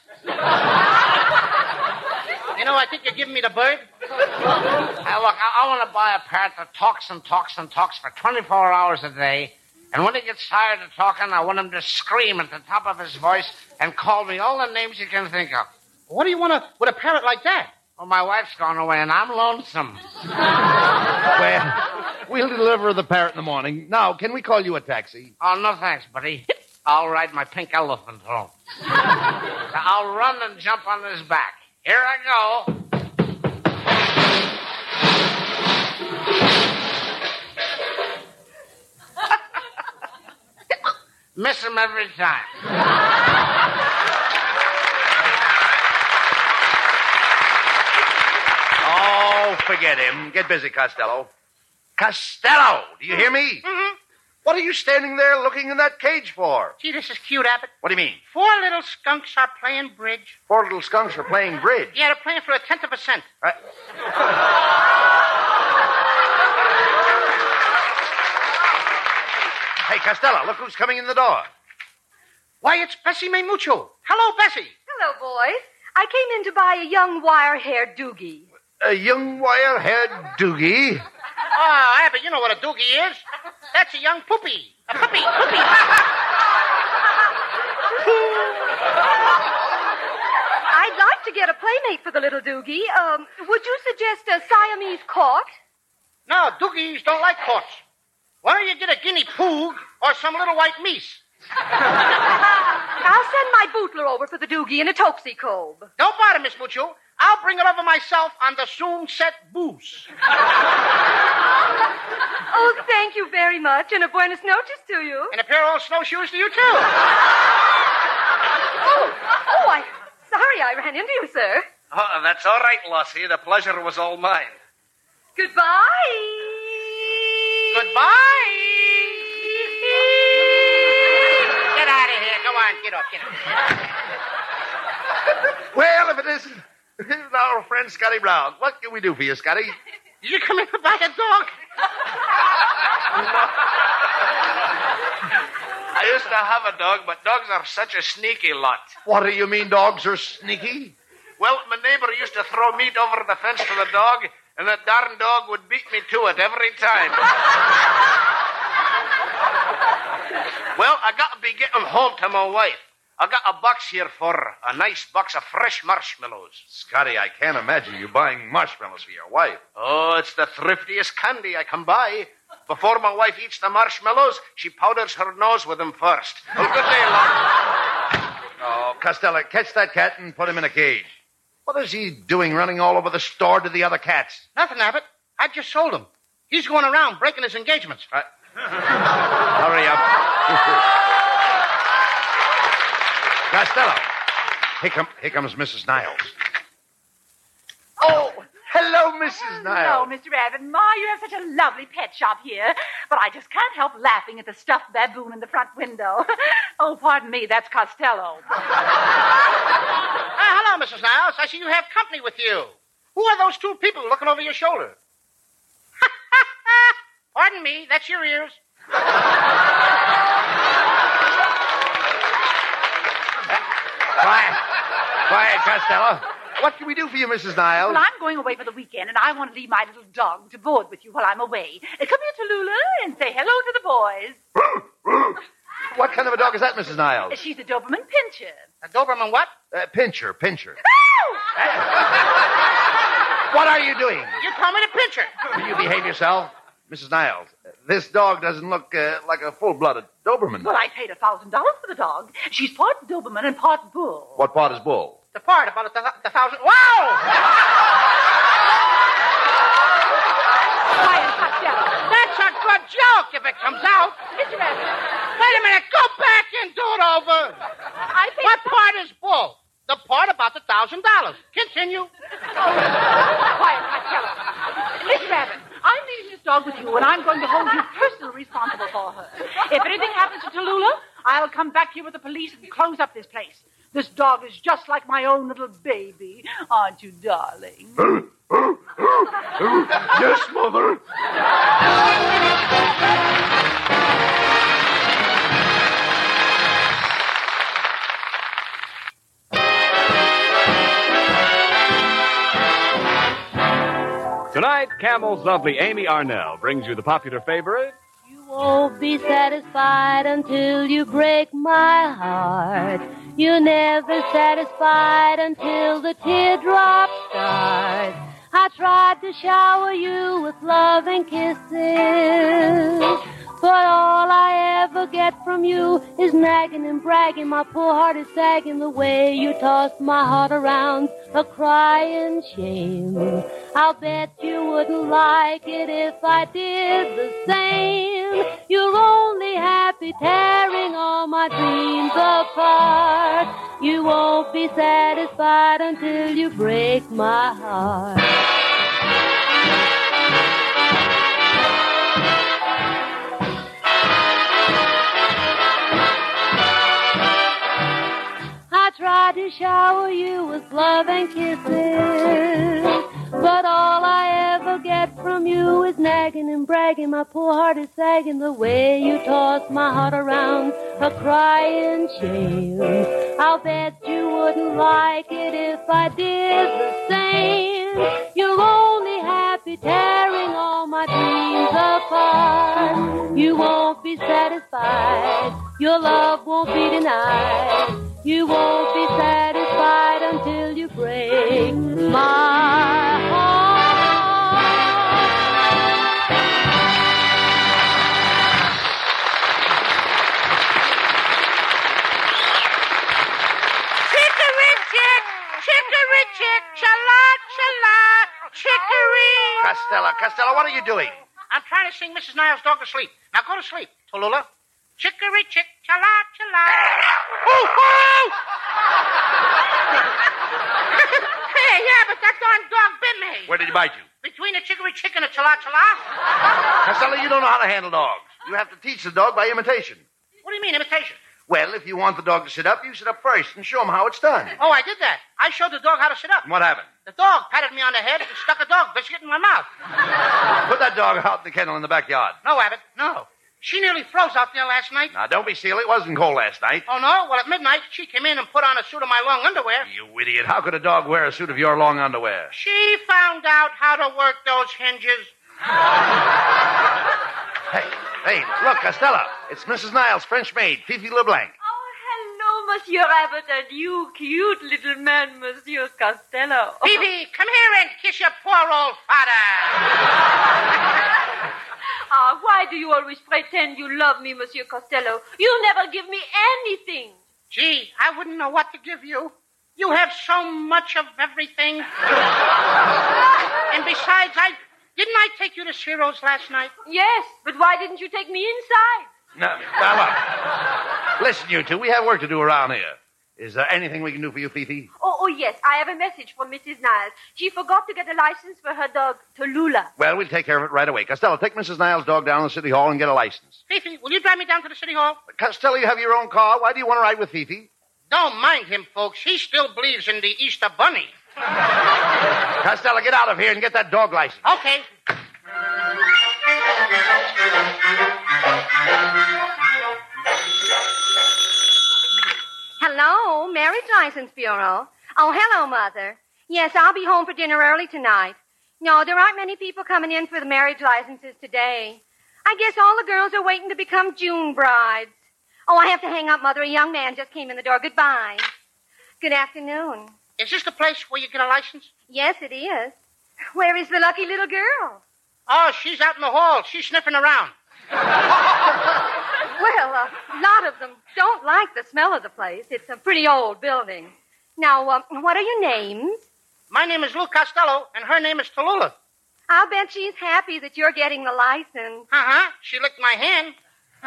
Q: You know, I think you're giving me the bird.
S: Hey, look, I, I want to buy a parrot that talks and talks and talks for 24 hours a day. And when he gets tired of talking, I want him to scream at the top of his voice and call me all the names he can think of.
Q: What do you want to with a parrot like that?
S: Well, my wife's gone away and I'm lonesome.
R: Well, we'll deliver the parrot in the morning. Now, can we call you a taxi?
S: Oh, no thanks, buddy. I'll ride my pink elephant home. I'll run and jump on his back. Here I go. Miss him every time.
R: Oh, forget him. Get busy, Costello. Costello, do you hear me?
Q: Mm-hmm.
R: What are you standing there looking in that cage for?
Q: Gee, this is cute, Abbott.
R: What do you mean?
Q: Four little skunks are playing bridge.
R: Four little skunks are playing bridge.
Q: Yeah, they're playing for a tenth of a cent.
R: Right. Hey, Costello, look who's coming in the door.
Q: Why, it's Bessie May Mucho. Hello, Bessie.
U: Hello, boys. I came in to buy a young wire-haired doogie.
R: A young wire-haired doogie.
Q: Ah, Abbott, you know what a doogie is. That's a young poopy. A puppy, poopy.
U: I'd like to get a playmate for the little doogie. Um, would you suggest a Siamese court?
Q: No, doogies don't like courts. Why don't you get a guinea pig or some little white meese?
U: I'll send my bootler over for the doogie in a toxicrobe.
Q: Don't bother, Miss Mucho. I'll bring it over myself on the soon set booze.
U: Oh, thank you very much, and a buenas noches to you.
Q: And a pair of old snowshoes to you, too.
U: Oh, oh, I, sorry I ran into you, sir.
S: Oh, that's all right, Lossie. The pleasure was all mine.
U: Goodbye.
Q: Goodbye. Get out of here. Go on, get up, get up.
R: Well, if it isn't, if it isn't our friend Scotty Brown, what can we do for you, Scotty?
Q: Did you come in to buy a dog?
S: I used to have a dog, but dogs are such a sneaky lot.
R: What do you mean dogs are sneaky?
S: Well, my neighbor used to throw meat over the fence to the dog, and that darn dog would beat me to it every time. well, I gotta be getting home to my wife. I got a box here for her, a nice box of fresh marshmallows.
R: Scotty, I can't imagine you buying marshmallows for your wife.
S: Oh, it's the thriftiest candy I can buy. Before my wife eats the marshmallows, she powders her nose with them first. Well, good day, love.
R: Oh, Costello, catch that cat and put him in a cage. What is he doing running all over the store to the other cats?
Q: Nothing, Abbott. I just sold him. He's going around breaking his engagements.
R: Hurry up. Costello. Here, come, here comes Mrs. Niles. Oh, hello, Mrs.
V: Hello,
R: Niles.
V: Mr. Abbott. Ma, you have such a lovely pet shop here, but I just can't help laughing at the stuffed baboon in the front window. oh, pardon me, that's Costello.
Q: Ah, Uh, hello, Mrs. Niles. I see you have company with you. Who are those two people looking over your shoulder? Pardon me, that's your ears.
R: Quiet. Quiet, Costello. What can we do for you, Mrs. Niles?
V: Well, I'm going away for the weekend, and I want to leave my little dog to board with you while I'm away. Uh, Come here, Tallulah, and say hello to the boys.
R: What kind of a dog is that, Mrs. Niles?
V: Uh, She's a Doberman Pinscher.
Q: A Doberman what?
R: Uh, pincher, pincher.
Q: what
R: What are you doing?
Q: You call me the pincher.
R: Will you behave yourself? Mrs. Niles, uh, this dog doesn't look uh, like a full blooded Doberman.
V: Well, I paid a thousand dollars for the dog. She's part Doberman and part bull.
R: What part is bull?
Q: The part about the, the thousand. Wow! Quiet, Costello. That's a good joke if it comes out. Wait a minute. Go back and do it over. I think what part is bull? The part about the thousand dollars. Continue.
V: Quiet, Costello. Miss Rabbit, I'm leaving this dog with you, and I'm going to hold you personally responsible for her. If anything happens to Tallulah, I'll come back here with the police and close up this place. This dog is just like my own little baby, aren't you, darling?
T: yes, Mother.
P: Tonight, Camel's lovely Amy Arnell brings you the popular favorite,
W: won't be satisfied until you break my heart. You're never satisfied until the teardrops start. I tried to shower you with love and kisses, but all I ever get from you is nagging and bragging. My poor heart is sagging the way you toss my heart around, a crying shame. I'll bet you wouldn't like it if I did the same. You're only happy tearing all my dreams apart. You won't be satisfied until you break my heart. I tried to shower you with love and kisses, but all I ever get from you is nagging and bragging. My poor heart is sagging the way you toss my heart around, a crying shame. I'll bet you wouldn't like it if I did the same. You're only happy tearing all my dreams apart. You won't be satisfied. Your love won't be denied. You won't be satisfied until you break my
Q: Chicory chick, chicory chick, chala chala, chicory.
R: Costello, Costello, what are you doing?
Q: I'm trying to sing Mrs. Niles' dog to sleep. Now go to sleep, Tallulah. Chicory chick, chala chala. Woo-hoo! hey, yeah, but that darn dog bit me.
R: Where did he bite you?
Q: Between a chicory chick and a chala chala?
R: Costello, you don't know how to handle dogs. You have to teach the dog by imitation.
Q: What do you mean, imitation?
R: Well, if you want the dog to sit up, you sit up first and show him how it's done.
Q: Oh, I did that. I showed the dog how to sit up.
R: And what happened?
Q: The dog patted me on the head and stuck a dog biscuit in my mouth.
R: Put that dog out in the kennel in the backyard.
Q: No, Abbott, no. She nearly froze out there last night.
R: Now, don't be silly. It wasn't cold last night.
Q: Oh, no? Well, at midnight, she came in and put on a suit of my long underwear.
R: You idiot. How could a dog wear a suit of your long underwear?
Q: She found out how to work those hinges.
R: Hey, look, Costello. It's Mrs. Niles, French maid, Fifi LeBlanc.
I: Hello, Monsieur Abbott, and you cute little man, Monsieur Costello.
Q: Phoebe, come here and kiss your poor old father.
I: Ah, why do you always pretend you love me, Monsieur Costello? You never give me anything.
Q: Gee, I wouldn't know what to give you. You have so much of everything. and besides, I didn't I take you to Ciro's last night?
I: Yes, but why didn't you take me inside?
R: No, now look. Listen, you two, we have work to do around here. Is there anything we can do for you, Fifi?
I: Oh, oh yes, I have a message from Mrs. Niles. She forgot to get a license for her dog, Tallulah.
R: Well, we'll take care of it right away. Costello, take Mrs. Niles' dog down to City Hall and get a license.
Q: Fifi, will you drive me down to the city hall?
R: Costello, you have your own car. Why do you want to ride with Fifi?
Q: Don't mind him, folks. He still believes in the Easter Bunny.
R: Costello, get out of here and get that dog license.
Q: Okay.
U: Hello, Mary Tyson's Bureau. Oh, hello, Mother. Yes, I'll be home for dinner early tonight. No, there aren't many people coming in for the marriage licenses today. I guess all the girls are waiting to become June brides. Oh, I have to hang up, Mother. A young man just came in the door. Goodbye. Good afternoon.
Q: Is this the place where you get a license?
U: Yes, it is. Where is the lucky little girl?
Q: Oh, she's out in the hall. She's sniffing around.
U: Well, a lot of them don't like the smell of the place. It's a pretty old building. Now, uh, what are your names?
Q: My name is Lou Costello, and her name is Tallulah.
U: I'll bet she's happy that you're getting the license.
Q: Uh huh. She licked my hand.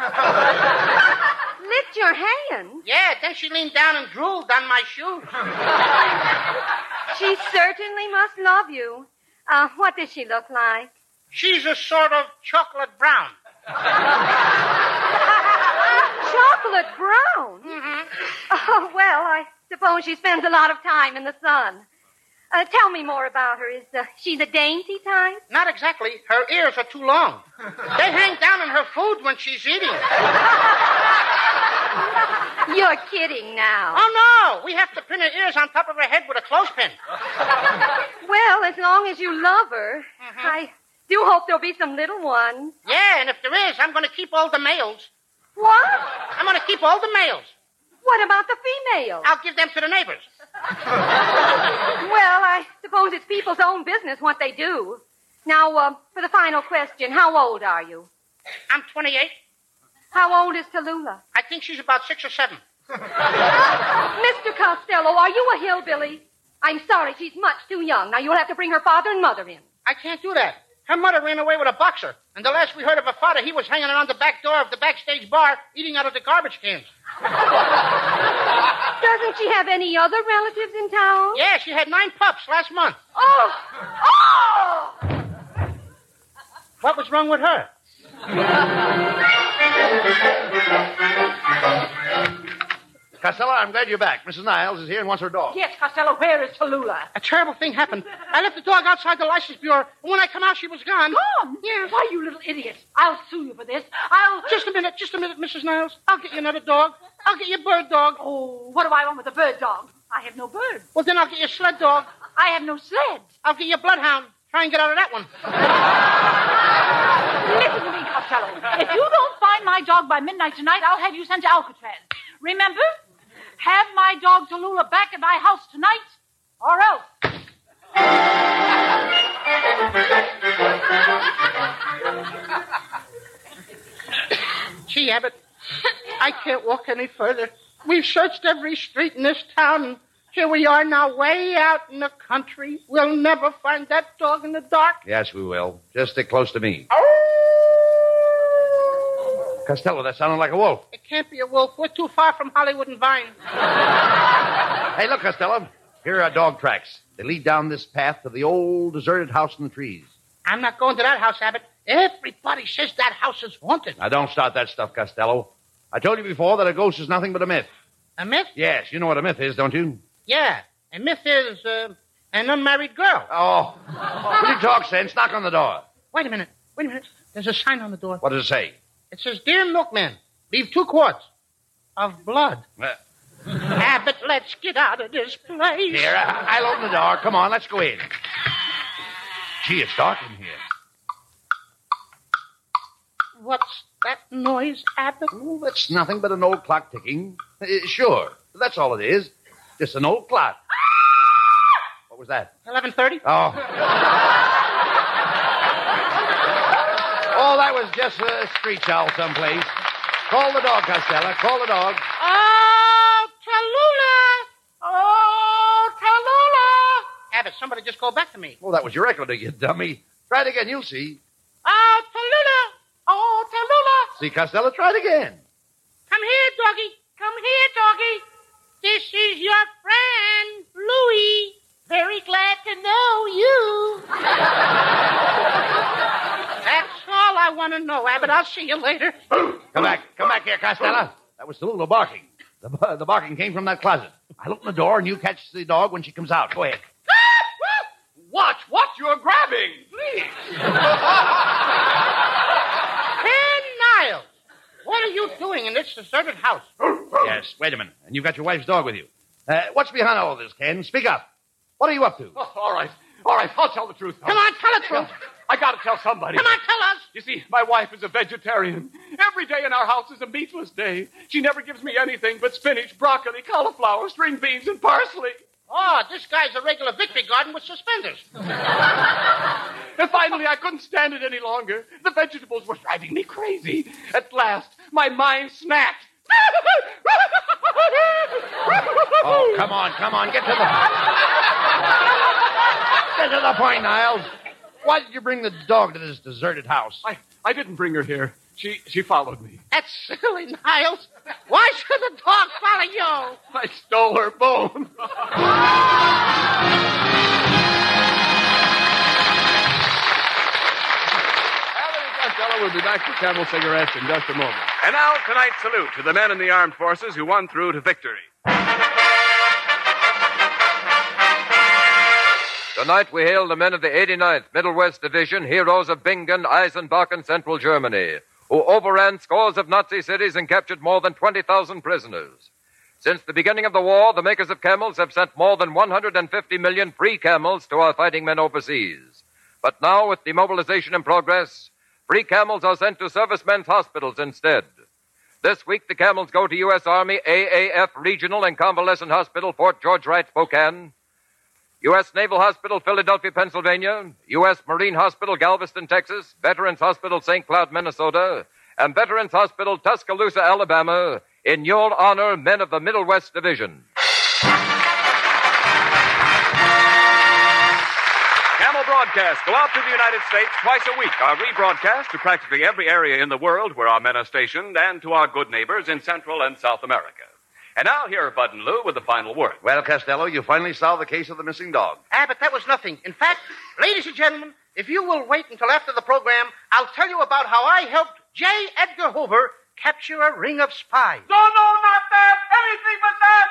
U: Licked your hand?
Q: Yeah, then she leaned down and drooled on my shoe.
U: She certainly must love you. Uh, what does she look like?
Q: She's a sort of chocolate brown.
U: Chocolate brown? Mm-hmm. Oh, well, I suppose she spends a lot of time in the sun. Uh, tell me more about her. Is uh, she the dainty type?
Q: Not exactly. Her ears are too long. They hang down in her food when she's eating.
U: You're kidding now.
Q: Oh, no. We have to pin her ears on top of her head with a clothespin.
U: Well, as long as you love her, I do hope there'll be some little ones.
Q: Mm-hmm. Yeah, and if there is, I'm going to keep all the males.
U: What?
Q: I'm going to keep all the males.
U: What about the female?
Q: I'll give them to the neighbors.
U: Well, I suppose it's people's own business what they do. Now, uh, for the final question, how old are you?
Q: I'm 28.
U: How old is Tallulah?
Q: I think she's about six or seven.
U: Mr. Costello, are you a hillbilly? I'm sorry, she's much too young. Now, you'll have to bring her father and mother in.
Q: I can't do that. Her mother ran away with a boxer, and the last we heard of her father, he was hanging around the back door of the backstage bar eating out of the garbage cans.
U: Doesn't she have any other relatives in town?
Q: Yeah, she had nine pups last month.
U: Oh! Oh!
Q: What was wrong with her?
R: Costello, I'm glad you're back. Mrs. Niles is here and wants her dog.
V: Yes, Costello, where is Tallulah?
Q: A terrible thing happened. I left the dog outside the license bureau, and when I come out, she was gone.
V: Gone?
Q: Yes.
V: Why, you little idiot. I'll sue you for this. I'll.
Q: Just a minute, just a minute, Mrs. Niles. I'll get you another dog. I'll get you a bird dog.
V: Oh, what do I want with a bird dog? I have no bird.
Q: Well, then I'll get you a sled dog.
V: I have no sled.
Q: I'll get you a bloodhound. Try and get out of that one.
V: Listen to me, Costello. If you don't find my dog by midnight tonight, I'll have you sent to Alcatraz. Remember? Have my dog Tallulah back at my house tonight, or else.
Q: Gee, Abbott, I can't walk any further. We've searched every street in this town, and here we are now, way out in the country. We'll never find that dog in the dark.
R: Yes, we will. Just stick close to me. Costello, that sounded like a wolf.
Q: It can't be a wolf. We're too far from Hollywood and Vine.
R: Hey, look, Costello. Here are dog tracks. They lead down this path to the old deserted house in the trees.
Q: I'm not going to that house, Abbott. Everybody says that house is haunted.
R: Now, don't start that stuff, Costello. I told you before that a ghost is nothing but a myth.
Q: A myth?
R: Yes, you know what a myth is, don't you?
Q: Yeah. A myth is uh, an unmarried girl.
R: Oh, you talk sense. Knock on the door.
Q: Wait a minute. Wait a minute. There's a sign on the door.
R: What does it say?
Q: It says, Dear Milkman, leave two quarts of blood.
R: Uh,
Q: Abbott, let's get out of this place.
R: Here, I- I'll open the door. Come on, let's go in. Gee, it's dark in here.
Q: What's that noise, Abbott?
R: Well, that's nothing but an old clock ticking. Uh, sure, that's all it is. Just an old clock. What was that?
Q: 11.30?
R: Oh. oh, that was just a street owl someplace. Call the dog, Costello. Call the dog.
Q: Oh, Tallulah! Oh, Tallulah! Abbott, somebody just called back to me.
R: Well, Oh, that was your echo, you dummy. Try it again, you'll see.
Q: Oh, Tallulah! Oh, Tallulah!
R: See, Costello, try it again.
Q: Come here, doggy. Come here, doggy. This is your friend, Louie. Very glad to know you. That's all I want to know, Abbott. I'll see you later.
R: Come back. Come back here, Costello. That was Tallulah barking. The, bu- the barking came from that closet. I'll open the door and you catch the dog when she comes out. Go ahead.
T: Watch what you're grabbing, please.
Q: What are you doing in this deserted house?
R: Yes, wait a minute. And you've got your wife's dog with you. Uh, what's behind all this, Ken? Speak up. What are you up to?
F: all right. All right. I'll tell the truth. Come
Q: on, tell the truth.
F: I gotta tell somebody.
Q: Come on, tell us.
F: You see, my wife is a vegetarian. Every day in our house is a meatless day. She never gives me anything but spinach, broccoli, cauliflower, string beans, and parsley.
Q: Oh, this guy's a regular victory garden with suspenders.
F: And finally, I couldn't stand it any longer. The vegetables were driving me crazy. At last, my mind snapped.
R: Oh, come on, come on. Get to the. Get to the point, Niles. Why did you bring the dog to this deserted house?
F: I, I didn't bring her here. She, she followed me.
Q: That's silly, Niles. Why should the dog follow you?
F: I stole her bone. Costello will be back with Camel Cigarettes in just a moment. And now, tonight's salute to the men in the armed forces who won through to victory.
N: Tonight we hail the men of the 89th Middle West Division, heroes of Bingen, Eisenbach, and Central Germany, who overran scores of Nazi cities and captured more than 20,000 prisoners. Since the beginning of the war, the makers of camels have sent more than 150 million free camels to our fighting men overseas. But now, with demobilization in progress, free camels are sent to servicemen's hospitals instead. This week, the camels go to U.S. Army AAF Regional and Convalescent Hospital, Fort George Wright, Spokane. U.S. Naval Hospital, Philadelphia, Pennsylvania, U.S. Marine Hospital, Galveston, Texas, Veterans Hospital, St. Cloud, Minnesota, and Veterans Hospital, Tuscaloosa, Alabama, in your honor, men of the Middle West Division.
P: Camel broadcasts go out to the United States twice a week, are rebroadcast to practically every area in the world where our men are stationed and to our good neighbors in Central and South America. And now here are Bud and Lou with the final word.
R: Well, Costello, you finally solved the case of the missing dog.
Q: Ah, but that was nothing. In fact, ladies and gentlemen, if you will wait until after the program, I'll tell you about how I helped J. Edgar Hoover capture a ring of spies.
T: No, no, not that. Anything but that.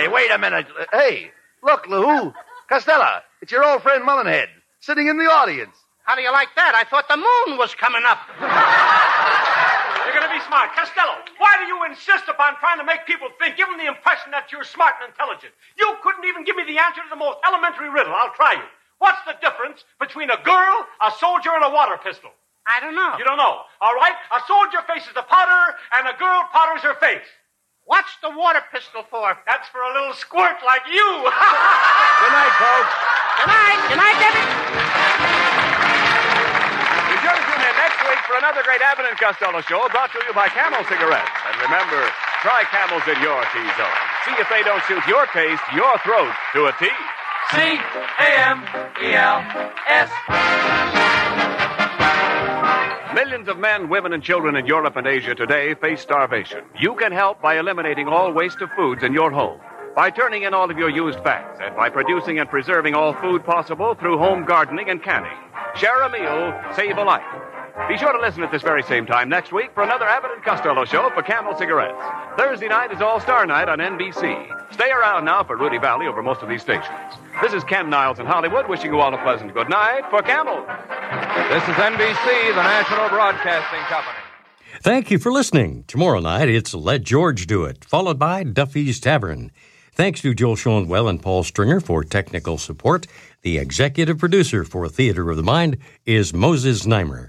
T: Oh, he's the biggest liar in the world. Let me out
R: Hey, wait a minute.
T: of here.
R: Hey, look, Lou. Costello, it's your old friend Mullenhead, sitting in the audience.
Q: How do you like that? I thought the moon was coming up.
F: You're going to be smart. Costello, why do you insist upon trying to make people think, give them the impression that you're smart and intelligent? You couldn't even give me the answer to the most elementary riddle. I'll try you. What's the difference between a girl, a soldier, and a water pistol?
Q: I don't know.
F: You don't know. All right? A soldier faces the powder, and a girl powders her face.
Q: What's the water pistol for?
F: That's for a little squirt like you.
R: Good night, folks.
Q: Good night. Good night, Debbie.
P: Be sure to tune in next week for another great Abbott and Costello show brought to you by Camel Cigarettes. And remember, try Camels in your T-zone. See if they don't suit your taste, your throat, to a T.
T: C A M E L S.
P: Millions of men, women, and children in Europe and Asia today face starvation. You can help by eliminating all waste of foods in your home, by turning in all of your used facts, and by producing and preserving all food possible through home gardening and canning. Share a meal, save a life. Be sure to listen at this very same time next week for another Abbott and Costello show for Camel Cigarettes. Thursday night is All Star Night on NBC. Stay around now for Rudy Valley over most of these stations. This is Ken Niles in Hollywood wishing you all a pleasant good night for Camel.
N: This is NBC, the national broadcasting company.
B: Thank you for listening. Tomorrow night, it's Let George Do It, followed by Duffy's Tavern. Thanks to Joel Schoenwell and Paul Stringer for technical support. The executive producer for Theater of the Mind is Moses Neimer.